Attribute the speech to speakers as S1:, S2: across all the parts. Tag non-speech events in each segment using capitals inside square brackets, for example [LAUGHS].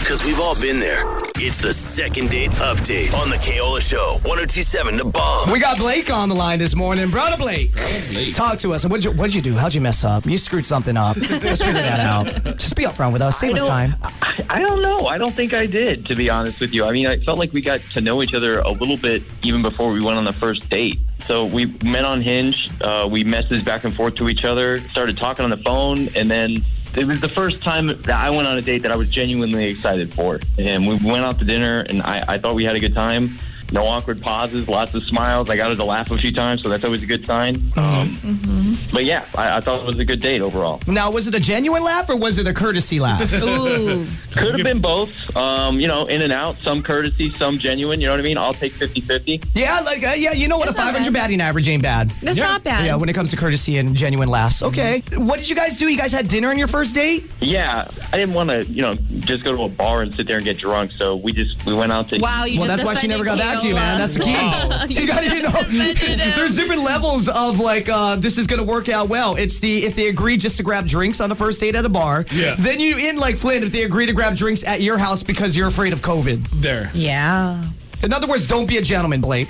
S1: because we've all been there. It's the second date update on the Kaola Show. 1027 The Bomb.
S2: We got Blake on the line this morning. Brother Blake, talk to us. What'd you, what'd you do? How'd you mess up? You screwed
S3: [LAUGHS]
S2: something up. Let's figure that out. Just be upfront with us. Save us
S4: don't-
S2: time.
S4: I, I don't know. I don't think I did, to be honest with you. I mean, I felt like we got to know each other a little bit even before we went on the first date. So we met on Hinge. Uh, we messaged back and forth to each other, started talking on the phone, and then it was the first time that I went on a date that I was genuinely excited for. And we went out to dinner, and I, I thought we had a good time. No awkward pauses, lots of smiles. I got her to laugh a few times, so that's always a good sign. Um, But yeah, I, I thought it was a good date overall.
S2: Now, was it a genuine laugh or was it a courtesy
S3: [LAUGHS]
S2: laugh?
S3: Ooh.
S4: Could have been both. Um, you know, in and out, some courtesy, some genuine. You know what I mean? I'll take 50 50.
S2: yeah, like uh, yeah, you know what?
S3: It's
S2: a
S3: not
S2: 500
S3: bad.
S2: batting average ain't bad.
S3: That's
S2: yeah.
S3: not bad. Mm-hmm.
S2: Yeah, when it comes to courtesy and genuine laughs. Okay. What did you guys do? You guys had dinner on your first date?
S4: Yeah, I didn't want to, you know, just go to a bar and sit there and get drunk. So we just, we went out to.
S3: Wow, you
S2: well,
S3: just
S2: that's why she
S3: offended
S2: never got back to you, man.
S3: Keola.
S2: That's the key.
S3: [LAUGHS]
S2: [LAUGHS] You got to
S3: offended
S2: [LAUGHS] know.
S3: him.
S2: There's different levels of like uh, this is going to work out well. It's the if they agree just to grab drinks on the first date at a bar.
S5: Yeah.
S2: Then you in like Flynn if they agree to grab drinks at your house because you're afraid of COVID.
S5: There.
S3: yeah.
S2: In other words, don't be a gentleman, Blake.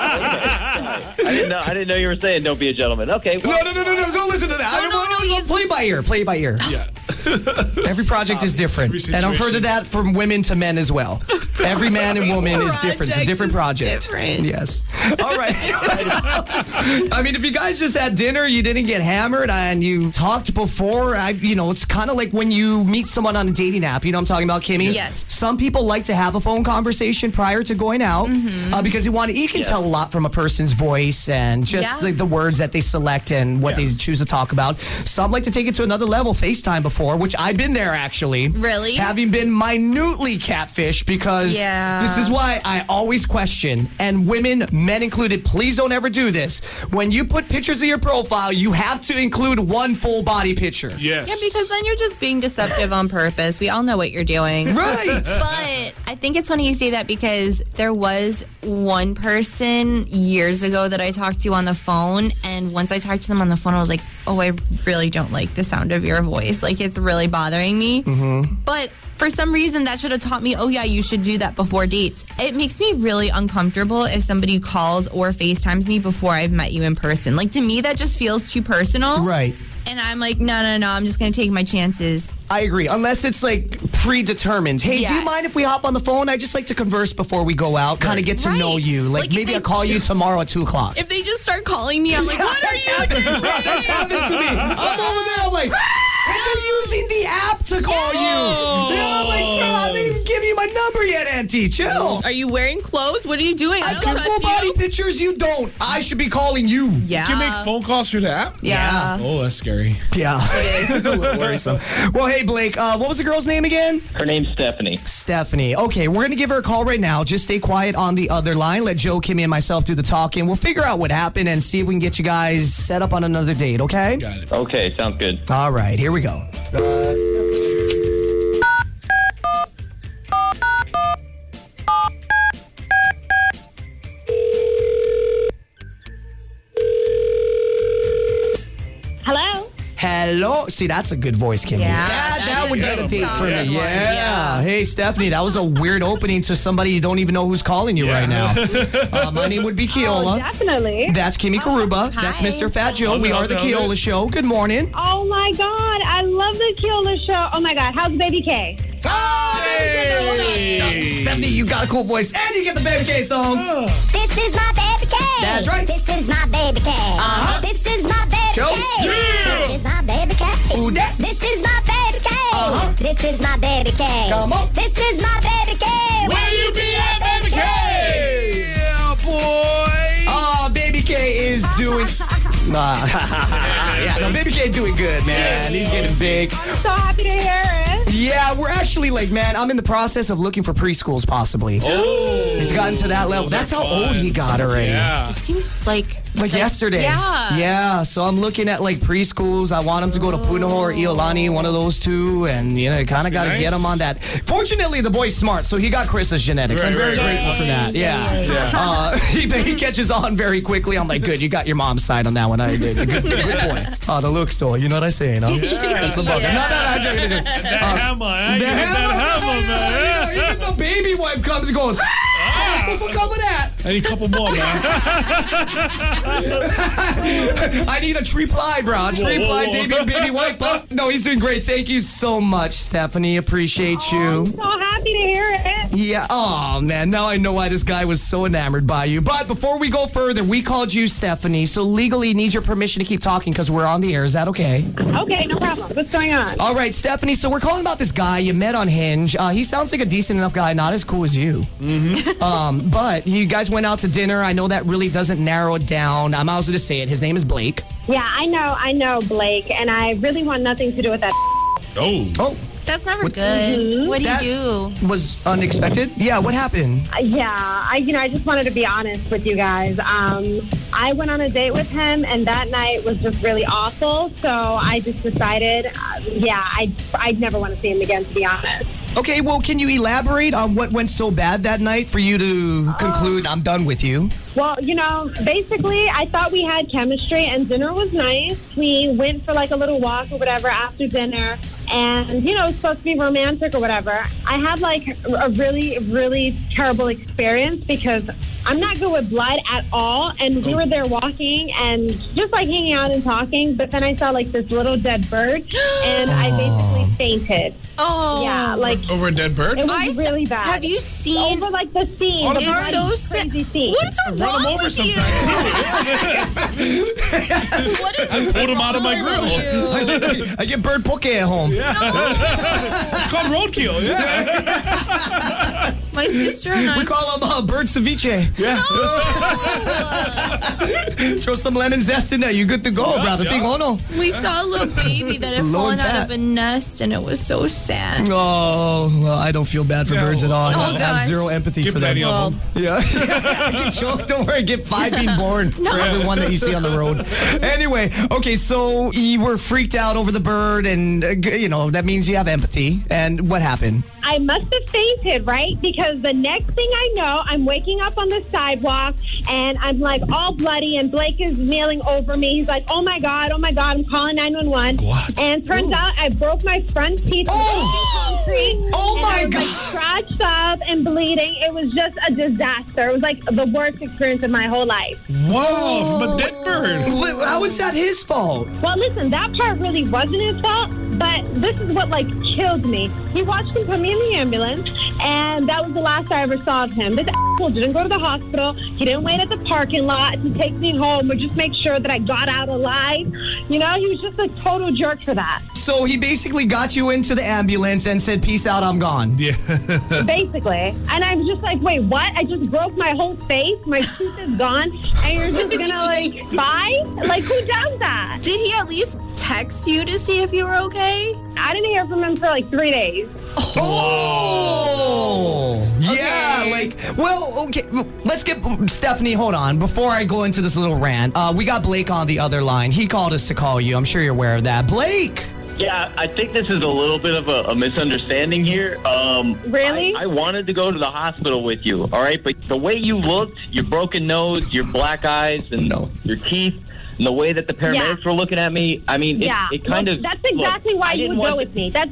S4: I didn't know, I didn't know you were saying don't be a gentleman. Okay.
S2: no,
S4: Well,
S2: no, no, no, no. Don't listen to that. I
S3: No,
S2: don't
S3: no,
S2: want-
S3: no, he's-
S2: Play by ear. Play by ear.
S5: Yeah.
S2: [LAUGHS]
S5: Um,
S2: Every project is different,
S5: Every
S2: and I've heard of
S5: situation.
S2: that from women to men
S3: [LAUGHS]
S2: as well. Every man and woman is different. It's a
S3: Project
S2: different
S3: is
S2: project.
S3: different.
S2: Yes. All right. [LAUGHS] I mean, if you guys just had dinner, you didn't get hammered, and you talked before. I, you know, it's kind of like when you meet someone on a dating app. You know, what I'm talking about Kimmy.
S3: Yes.
S2: Some people like to have a phone conversation prior to going out
S3: Mm-hmm.
S2: uh, because you want. You can
S4: Yeah.
S2: tell a lot from a person's voice and just
S3: Yeah.
S2: the, the words that they select and what
S5: Yeah.
S2: they choose to talk about. Some like to take it to another level. FaceTime before, which I've been there actually.
S3: Really?
S2: Having been minutely catfish because
S3: Yeah.
S2: this is why I always question, and women, men included, please don't ever do this. When you put pictures of your profile, you have to include one full body picture.
S5: Yes.
S3: Yeah, because then you're just being deceptive on purpose. We all know what you're doing.
S2: Right.
S6: [LAUGHS] But I think it's funny you say that because there was one person years ago that I talked to on the phone, and once I talked to them on the phone, I was like, "Oh, I really don't like the sound of your voice. Like, it's really bothering me." But for some reason, that should have taught me, "Oh yeah, you should do that before dates." It makes me really uncomfortable if somebody calls or FaceTimes me before I've met you in person. Like to me, that just feels too personal.
S2: Right.
S6: And I'm like, no, no, no. I'm just gonna take my chances.
S2: I agree. Unless it's like predetermined. Hey, do you
S6: Yes.
S2: mind if we hop on the phone? I just like to converse before we go out, kind of get to know
S6: Right.
S2: you. Like,
S6: Like, if
S2: maybe
S6: they-
S2: I'll call you tomorrow at two o'clock.
S6: If they just start calling me,
S2: [LAUGHS]
S6: I'm like, what are
S2: That's
S6: you
S2: happened. [LAUGHS] That's happened
S6: [LAUGHS]
S2: to me. I'm over there. I'm like, and they're using the app to call you. And I'm like, bro, I didn't even give you my number yet, Auntie. Chill.
S3: Are you wearing clothes? What are you doing?
S2: I've got full body pictures. You don't. I should be calling you.
S3: Yeah.
S5: You make phone calls through the app?
S3: Yeah.
S5: Oh, that's scary.
S2: Yeah. [LAUGHS] it's
S6: [LAUGHS]
S2: a little worrisome. Well, hey, Blake, uh, what was the girl's name again?
S4: her name's Stephanie.
S2: Stephanie. Okay, we're going to give her a call right now. Just stay quiet on the other line. Let Joe, Kimmy, and myself do the talking. We'll figure out what happened and see if we can get you guys set up on another date, okay?
S5: Got it.
S4: Okay, sounds good.
S2: All right, here we go.
S7: Hello.
S2: Hello. See, that's a good voice, Kimmy.
S3: Yeah, that's
S2: that
S3: a
S2: would
S3: good
S2: get a date for
S3: solid
S2: me.
S3: one.
S2: Yeah.
S3: Yeah.
S2: Hey, Stephanie, that was a weird opening to somebody you don't even know who's calling you right now. uh, my name would be
S7: Oh,
S2: Keola.
S7: definitely.
S2: That's Kimmy Karuba. That's
S6: Hi.
S2: Mr. Fat Joe.
S5: How's it-
S2: We are
S5: how's
S2: the
S5: it- how's it?
S2: Keola Show. Good morning.
S7: Oh my God, I love the Killer Show. Oh my God, how's Baby K?
S5: Hey.
S2: Stephanie, Oh, you got a cool voice, and you get the Baby K song.
S8: This is my baby K.
S2: That's right.
S8: This is my baby K.
S2: Uh-huh.
S8: This is my baby
S2: Joe.
S8: K. This is my baby K.
S2: Ooh, that-
S8: This is my baby K.
S2: Uh-huh.
S8: This is my baby K.
S2: Come on.
S8: This is my baby K. Where you be at, baby K?
S5: Yeah, boy.
S2: Oh, Baby K is
S8: [LAUGHS]
S2: doing. [LAUGHS] Nah, yeah, no, Baby K doing good, man. He's getting big.
S7: So happy to hear it.
S2: Yeah, we're actually like, man, I'm in the process of looking for preschools possibly.
S5: Oh.
S2: He's gotten to that level. That's how old he got already.
S5: Yeah.
S6: Seems like
S2: Like yesterday.
S6: Yeah.
S2: [LAUGHS] Yeah. So I'm looking at like preschools. I want him to go to Punahou or Iolani, one of those two. And, you know, kind of
S5: be
S2: got to
S5: nice.
S2: get him on that. Fortunately, the boy's smart. So he got Chris's genetics. I'm
S5: Right,
S2: very
S5: right, right.
S2: grateful for that. Yeah. Uh, [LAUGHS] he, he catches on very quickly. I'm like, good. You got your mom's side on that one. I, good, good boy. Oh, the look store. You know what I'm saying? Huh?
S5: Yeah.
S2: No, no, no. I'm joking, I'm joking.
S5: [LAUGHS] That hammer, eh? You
S2: The
S5: hit
S2: hammer, baby wife comes and goes, ah, I overcome with that.
S5: I need a couple more, man.
S2: I need a tree ply, bro. A tree
S5: whoa,
S2: ply,
S5: whoa.
S2: baby, baby wipe up. No, he's doing great. Thank you so much, Stephanie. Appreciate you.
S7: So happy to hear it.
S2: Yeah. Oh, man. Now I know why this guy was so enamored by you. But before we go further, we called you Stephanie. So legally need your permission to keep talking because we're on the air. Is that okay?
S7: Okay, no problem. What's going on?
S2: All right, Stephanie. So we're calling about this guy you met on Hinge. Uh, he sounds like a decent enough guy, not as cool as you. [LAUGHS] um, but you guys went out to dinner. I know that really doesn't narrow it down. I'm also to say it. His name is Blake.
S7: Yeah, I know, I know, Blake, and I really want nothing to do with that.
S5: [LAUGHS] Oh.
S2: Oh,
S6: That's never good. What Mm-hmm.
S2: That-
S6: do you do?
S2: was unexpected. Yeah. What happened?
S7: Yeah, I, you know, I just wanted to be honest with you guys. Um, I went on a date with him, and that night was just really awful. So I just decided, uh, yeah, I, I'd never want to see him again, to be honest.
S2: Okay, well, can you elaborate on what went so bad that night for you to conclude I'm done with you? [LAUGHS]
S7: Well, you know, basically, I thought we had chemistry, and dinner was nice. We went for like a little walk or whatever after dinner, and you know, it's supposed to be romantic or whatever. I had like a really, really terrible experience because I'm not good with blood at all, and
S5: Oh.
S7: we were there walking and just like hanging out and talking, but then I saw like this little dead bird,
S5: [GASPS]
S7: and I basically fainted.
S6: Oh,
S7: Yeah, like.
S5: Over a dead bird?
S7: It was
S6: I s-
S7: really bad.
S6: Have you seen?
S7: over like the scene?
S5: On a
S7: the
S5: bird?
S7: really
S6: It's so
S7: crazy
S6: sad.
S7: scene.
S6: What is
S5: Run
S6: wrong
S5: him over
S6: with you?
S5: sometime.
S6: What is
S5: I pulled him out of my
S6: wrong
S5: grill.
S6: with you?
S2: [LAUGHS] I get bird poke at home.
S5: [LAUGHS] It's called roadkill. Yeah.
S6: My sister and I.
S2: We call them uh, bird ceviche. [LAUGHS] Throw some lemon zest in there. You good to go, brother.
S5: yeah.
S2: Think, oh no.
S6: We saw a little baby that had
S2: Low
S6: fallen
S2: fat.
S6: out of a nest, and it was so sad.
S2: Oh, well, I don't feel bad for
S5: Yeah,
S2: birds at all. I
S6: well-
S2: have-
S6: Oh,
S2: have
S6: gosh.
S2: zero empathy
S5: Give
S2: for them.
S5: plenty of
S6: Well,
S5: them.
S2: Yeah. [LAUGHS] Get choked. Don't worry. Get five being born for everyone that you see on the road. Anyway, okay, so you were freaked out over the bird, and, uh, g- you know, that means you have empathy. And what happened?
S7: I must have fainted, right? Because the next thing I know, I'm waking up on the sidewalk and I'm like all bloody, and Blake is kneeling over me. He's like, "Oh my god, oh my god!" I'm calling 911.
S5: What?
S7: And turns out I broke my front teeth.
S2: Oh!
S7: Concrete,
S2: Oh
S7: and
S2: my
S7: I was,
S2: God.
S7: Like, scratched up and bleeding. It was just a disaster. It was like the worst experience of my whole life.
S5: Whoa, from a dead bird.
S2: Wh- How is that his fault?
S7: Well, listen, that part really wasn't his fault, but this is what like killed me. He watched him put me in the ambulance, and that was the last I ever saw of him. This asshole didn't go to the hospital. He didn't wait at the parking lot to take me home or just make sure that I got out alive. You know, he was just a total jerk for that.
S2: So he basically got you into the ambulance and said, Peace out, I'm gone.
S5: Yeah.
S7: basically. And I'm just like, wait, what? I just broke my whole face. My tooth is gone, and you're just gonna like [LAUGHS] bye? Like, who does that?
S6: Did he at least text you to see if you were okay?
S7: I didn't hear from him for like three days.
S2: Oh! Yeah, like, well, okay, let's get Stephanie. Hold on, before I go into this little rant, uh, we got Blake on the other line. He called us to call you. I'm sure you're aware of that, Blake.
S4: Yeah, I think this is a little bit of a, a misunderstanding here. Um,
S7: Really?
S4: I, I wanted to go to the hospital with you, all right? But the way you looked, your broken nose, your black eyes, and
S2: No.
S4: your teeth, and the way that the paramedics
S7: Yeah.
S4: were looking at me, I mean, it,
S7: yeah,
S4: it kind
S7: Well,
S4: of.
S7: That's
S4: look,
S7: exactly why
S4: I
S7: you
S4: didn't
S7: would
S4: want
S7: go
S4: th-
S7: with me. That's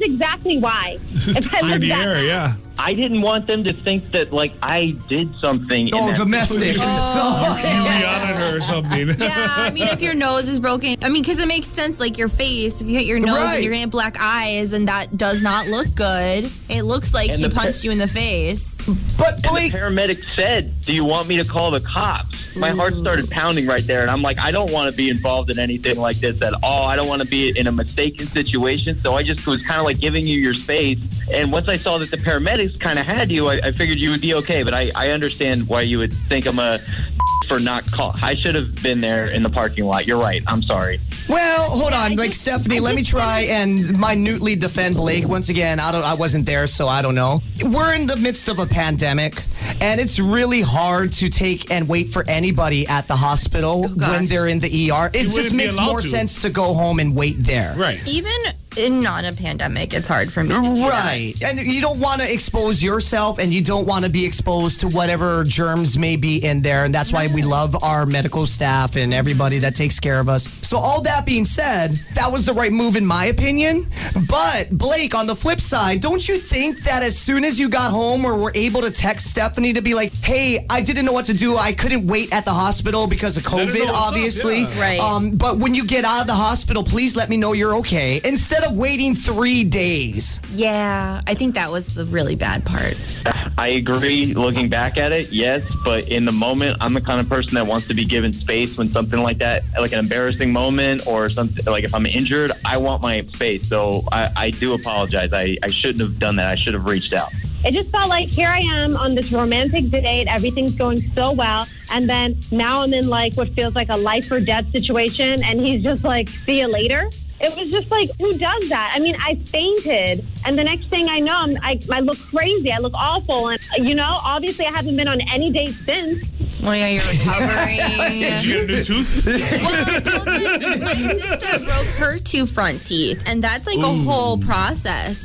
S4: [LAUGHS]
S7: exactly why.
S5: Just
S7: If I
S5: clear
S7: looked
S5: the
S7: back-
S5: air, yeah.
S4: I didn't want them to think that, like, I did something. in
S2: Oh,
S4: that- Oh.
S2: domestic. [LAUGHS] Sorry.
S5: You yelled at her or something.
S6: Yeah, I mean, if your nose is broken, I mean, because it makes sense, like your face, if you hit your nose
S2: Right.
S6: and you're gonna have black eyes, and that does not look good. It looks like
S4: And
S6: he
S4: the pa-
S6: punched you in the face.
S2: But
S4: And the
S2: Blake,
S4: paramedic said, "Do you want me to call the cops?" My heart started pounding right there, and I'm like, "I don't want to be involved in anything like this at all. I don't want to be in a mistaken situation." So I just was kind of like giving you your space. And once I saw that the paramedics kind of had you, I, I figured you would be okay. But I, I understand why you would think I'm a [LAUGHS] for not call. I should have been there in the parking lot. You're right. I'm sorry.
S2: well, hold on, like
S7: just-
S2: Stephanie.
S7: I
S2: let me
S7: just-
S2: try and minutely defend Blake once again. I don't. I wasn't there, so I don't know. We're in the midst of a pandemic, and it's really hard to take and wait for anybody at the
S7: Oh,
S2: hospital when
S6: gosh.
S2: they're in the ER. It
S5: wouldn't
S2: just
S5: be
S2: makes
S5: allowed
S2: more
S5: to.
S2: sense to go home and wait there.
S5: [LAUGHS] Right.
S6: Even in not a pandemic, it's hard for me. To do that.
S2: Right. And you don't want to expose yourself and you don't want to be exposed to whatever germs may be in there. And that's why we love our medical staff and everybody that takes care of us. So all that being said, that was the right move in my opinion. But Blake, on the flip side, don't you think that as soon as you got home or were able to text Stephanie to be like, "Hey, I didn't know what to do. I couldn't wait at the hospital because of
S5: didn't know
S2: COVID,
S5: what's up,
S2: obviously."
S5: yeah.
S3: Right.
S2: Um, but when you get out of the hospital, please let me know you're okay instead of waiting three days.
S6: Yeah, I think that was the really bad part.
S4: I agree. Looking back at it, yes, but in the moment, I'm the kind of person that wants to be given space when something like that, like an embarrassing moment or something, like if I'm injured, I want my space. So I, I do apologize. I, I shouldn't have done that. I should have reached out.
S7: It just felt like here I am on this romantic date, everything's going so well, and then now I'm in like what feels like a life or death situation, and he's just like, "See you later." It was just like, who does that? I mean, I fainted, and the next thing I know, I'm, I, I look crazy, I look awful, and you know, obviously, I haven't been on any date since.
S6: Well, Oh, yeah, you're
S5: Did
S6: [LAUGHS] recovering.
S5: you get a new tooth?
S6: My sister broke her two front teeth, and that's like a whole process.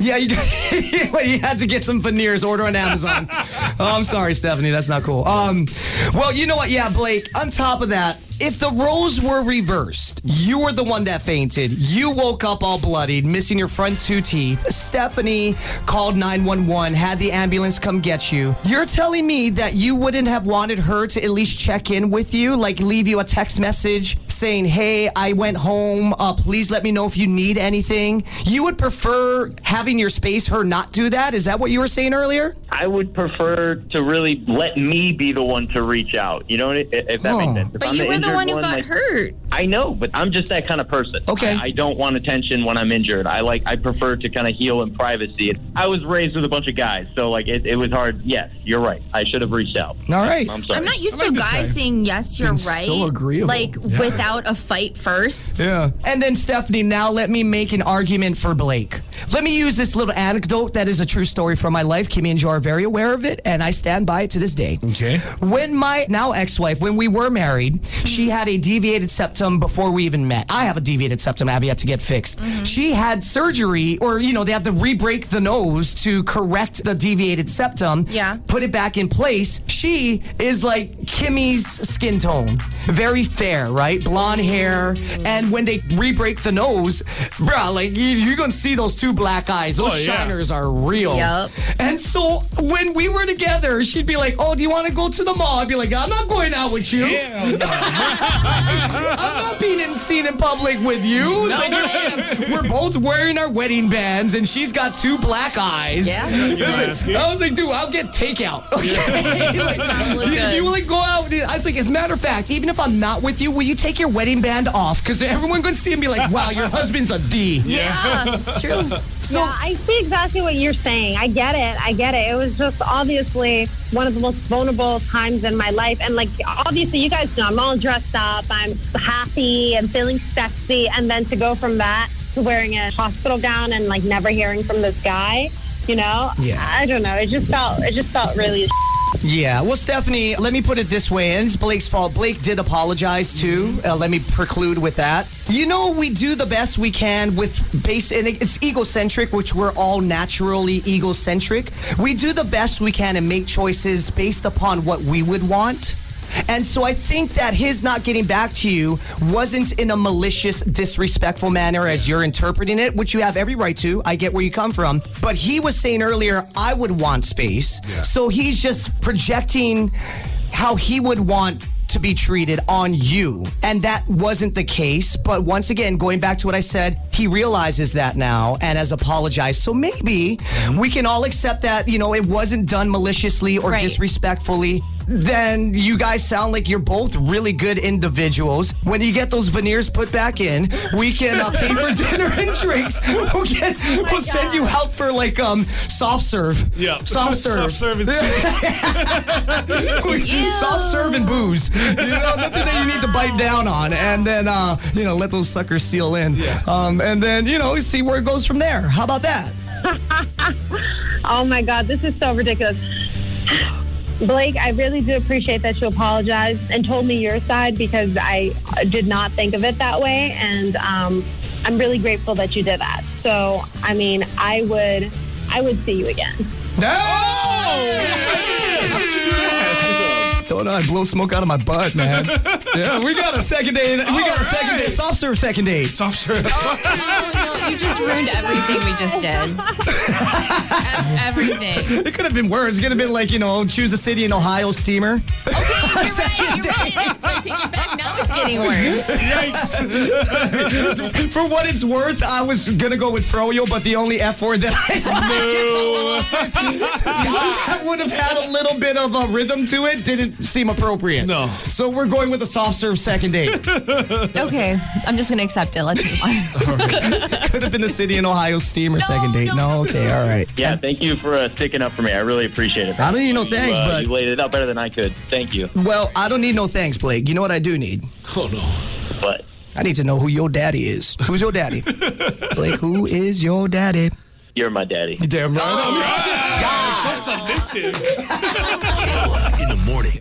S2: [LAUGHS] Yeah, you, you had to get some veneers. Order on Amazon. oh, I'm sorry, Stephanie. That's not cool. Um, well, you know what? Yeah, Blake. On top of that, if the roles were reversed, you were the one that fainted. You woke up all bloodied, missing your front two teeth. Stephanie called 911, had the ambulance come get you. You're telling me that you wouldn't have wanted her to at least check in with you, like leave you a text message saying, "Hey, I went home. Uh, please let me know if you need anything." You would prefer having your space her not do that? Is that what you were saying earlier?
S4: I would prefer to really let me be the one to reach out. You know, if, if that
S2: Oh.
S4: makes sense. If
S6: But
S4: I'm
S6: you were the
S4: injured
S6: one who got
S4: like-
S6: hurt.
S4: I know, but I'm just that kind of person.
S2: Okay.
S4: I, I don't want attention when I'm injured. I like I prefer to kind of heal in privacy. I was raised with a bunch of guys, so like it, it was hard. Yes, you're right. I should have reached out.
S2: All right.
S4: I'm sorry.
S6: I'm not used
S5: I like
S6: to a
S5: this
S6: guy
S5: guy.
S6: saying yes, you're
S2: Been so
S6: right.
S2: agreeable.
S6: Like without a fight first.
S2: Yeah. And then Stephanie, now let me make an argument for Blake. Let me use this little anecdote that is a true story from my life. Kimmy and Joe are very aware of it, and I stand by it to this day.
S5: Okay.
S2: When my now ex-wife, when we were married, she had a deviated septum before we even met. I have a deviated septum. I have yet to get fixed. She had surgery, or you know, they had to re-break the nose to correct the deviated septum.
S3: Yeah.
S2: Put it back in place. She is like Kimmy's skin tone, very fair, right? Blonde hair. And when they re-break the nose, bruh, like you, you're gonna see those two black eyes. Those
S5: Oh, yeah.
S2: shiners are real.
S3: Yup.
S2: And so when we were together, she'd be like, "Oh, do you want to go to the mall?" I'd be like, "I'm not going out with you.
S5: [LAUGHS] Hell no.
S2: I'm not being seen in public with you." It's like, "Man, we're both wearing our wedding bands, and she's got two black eyes.
S3: Yeah.
S5: You're asking.
S2: I was like, dude, I'll get [LAUGHS] takeout. Okay. like, you, you will like go out. I was like, as a matter of fact, even if I'm not with you, will you take your wedding band off? Because everyone gonna see and be like, wow, your husband's a D.
S6: Yeah, true.
S2: So
S7: yeah, I see exactly what you're saying. I get it. I get it. It was just obviously one of the most vulnerable times in my life. And like, obviously, you guys know I'm all dressed up. I'm happy and feeling sexy. And then to go from that to wearing a hospital gown and like never hearing from this guy, you know?
S2: Yeah.
S7: I don't know. It just felt, it just felt really
S2: Yeah, well, Stephanie, let me put it this way, and it's Blake's fault. Blake did apologize too. Uh, let me preclude with that. You know, we do the best we can with base, and it- it's egocentric, which we're all naturally egocentric. We do the best we can and make choices based upon what we would want. And so I think that his not getting back to you wasn't in a malicious, disrespectful manner as you're interpreting it, which you have every right to. I get where you come from. But he was saying earlier, I would want space. So he's just projecting how he would want to be treated on you. And that wasn't the case. But once again, going back to what I said, he realizes that now and has apologized. So maybe we can all accept that, you know, it wasn't done maliciously or
S3: Right.
S2: disrespectfully. Then you guys sound like you're both really good individuals. When you get those veneers put back in, we can uh, pay
S5: [LAUGHS]
S2: for dinner and drinks. We'll, get, we'll send you out for like um soft serve.
S5: Oh Yeah.
S2: Soft serve.
S5: [LAUGHS] Soft serve and [LAUGHS]
S2: [LAUGHS]
S5: soup.
S2: Soft serve and
S5: [LAUGHS]
S2: booze. You know, nothing that you need to bite down on. And then, uh, you know, let those suckers seal in.
S5: Yeah.
S2: Um, and then, you know, see where it goes from there. How about that?
S7: Oh my God, this is so ridiculous. Blake, I really do appreciate that you apologized and told me your side because I did not think of it that way. And um, I'm really grateful that you did that. So, I mean, I would, I would see you again.
S2: No! Don't I blow smoke out of my butt, [LAUGHS] man? yeah, we got a second date. We got a second date. Soft serve second date. Soft
S5: [LAUGHS]
S2: serve.
S3: no, you just ruined everything we just
S6: [LAUGHS]
S3: did. Ev- everything.
S2: [LAUGHS] It could have been worse. It could have been like, you know, choose a city in Ohio [LAUGHS] steamer.
S3: You're right. I take it back. Now it's getting worse.
S2: Yikes. For what it's worth, I was going to go with froyo, but the only F word that [LAUGHS] I [LAUGHS] that would have had a little bit of a rhythm to it didn't seem appropriate. No. So we're going with a soft serve second [LAUGHS] date.
S6: Okay, I'm just gonna accept it. Let's move on.
S2: could have been the city in Ohio steamer second date. No, okay, all right.
S4: Yeah, thank you for uh, sticking up for me. I really appreciate it.
S2: I don't need no thanks,
S4: you, uh,
S2: but-
S4: you laid it out better than I could. Thank you.
S2: Well, I don't need no thanks, Blake. You know what I do need?
S4: Oh no. But
S2: I need to know who your daddy is. Who's your daddy? Blake, who is your daddy? Oh,
S4: you're my daddy.
S2: Damn right.
S8: so submissive.
S1: In the morning.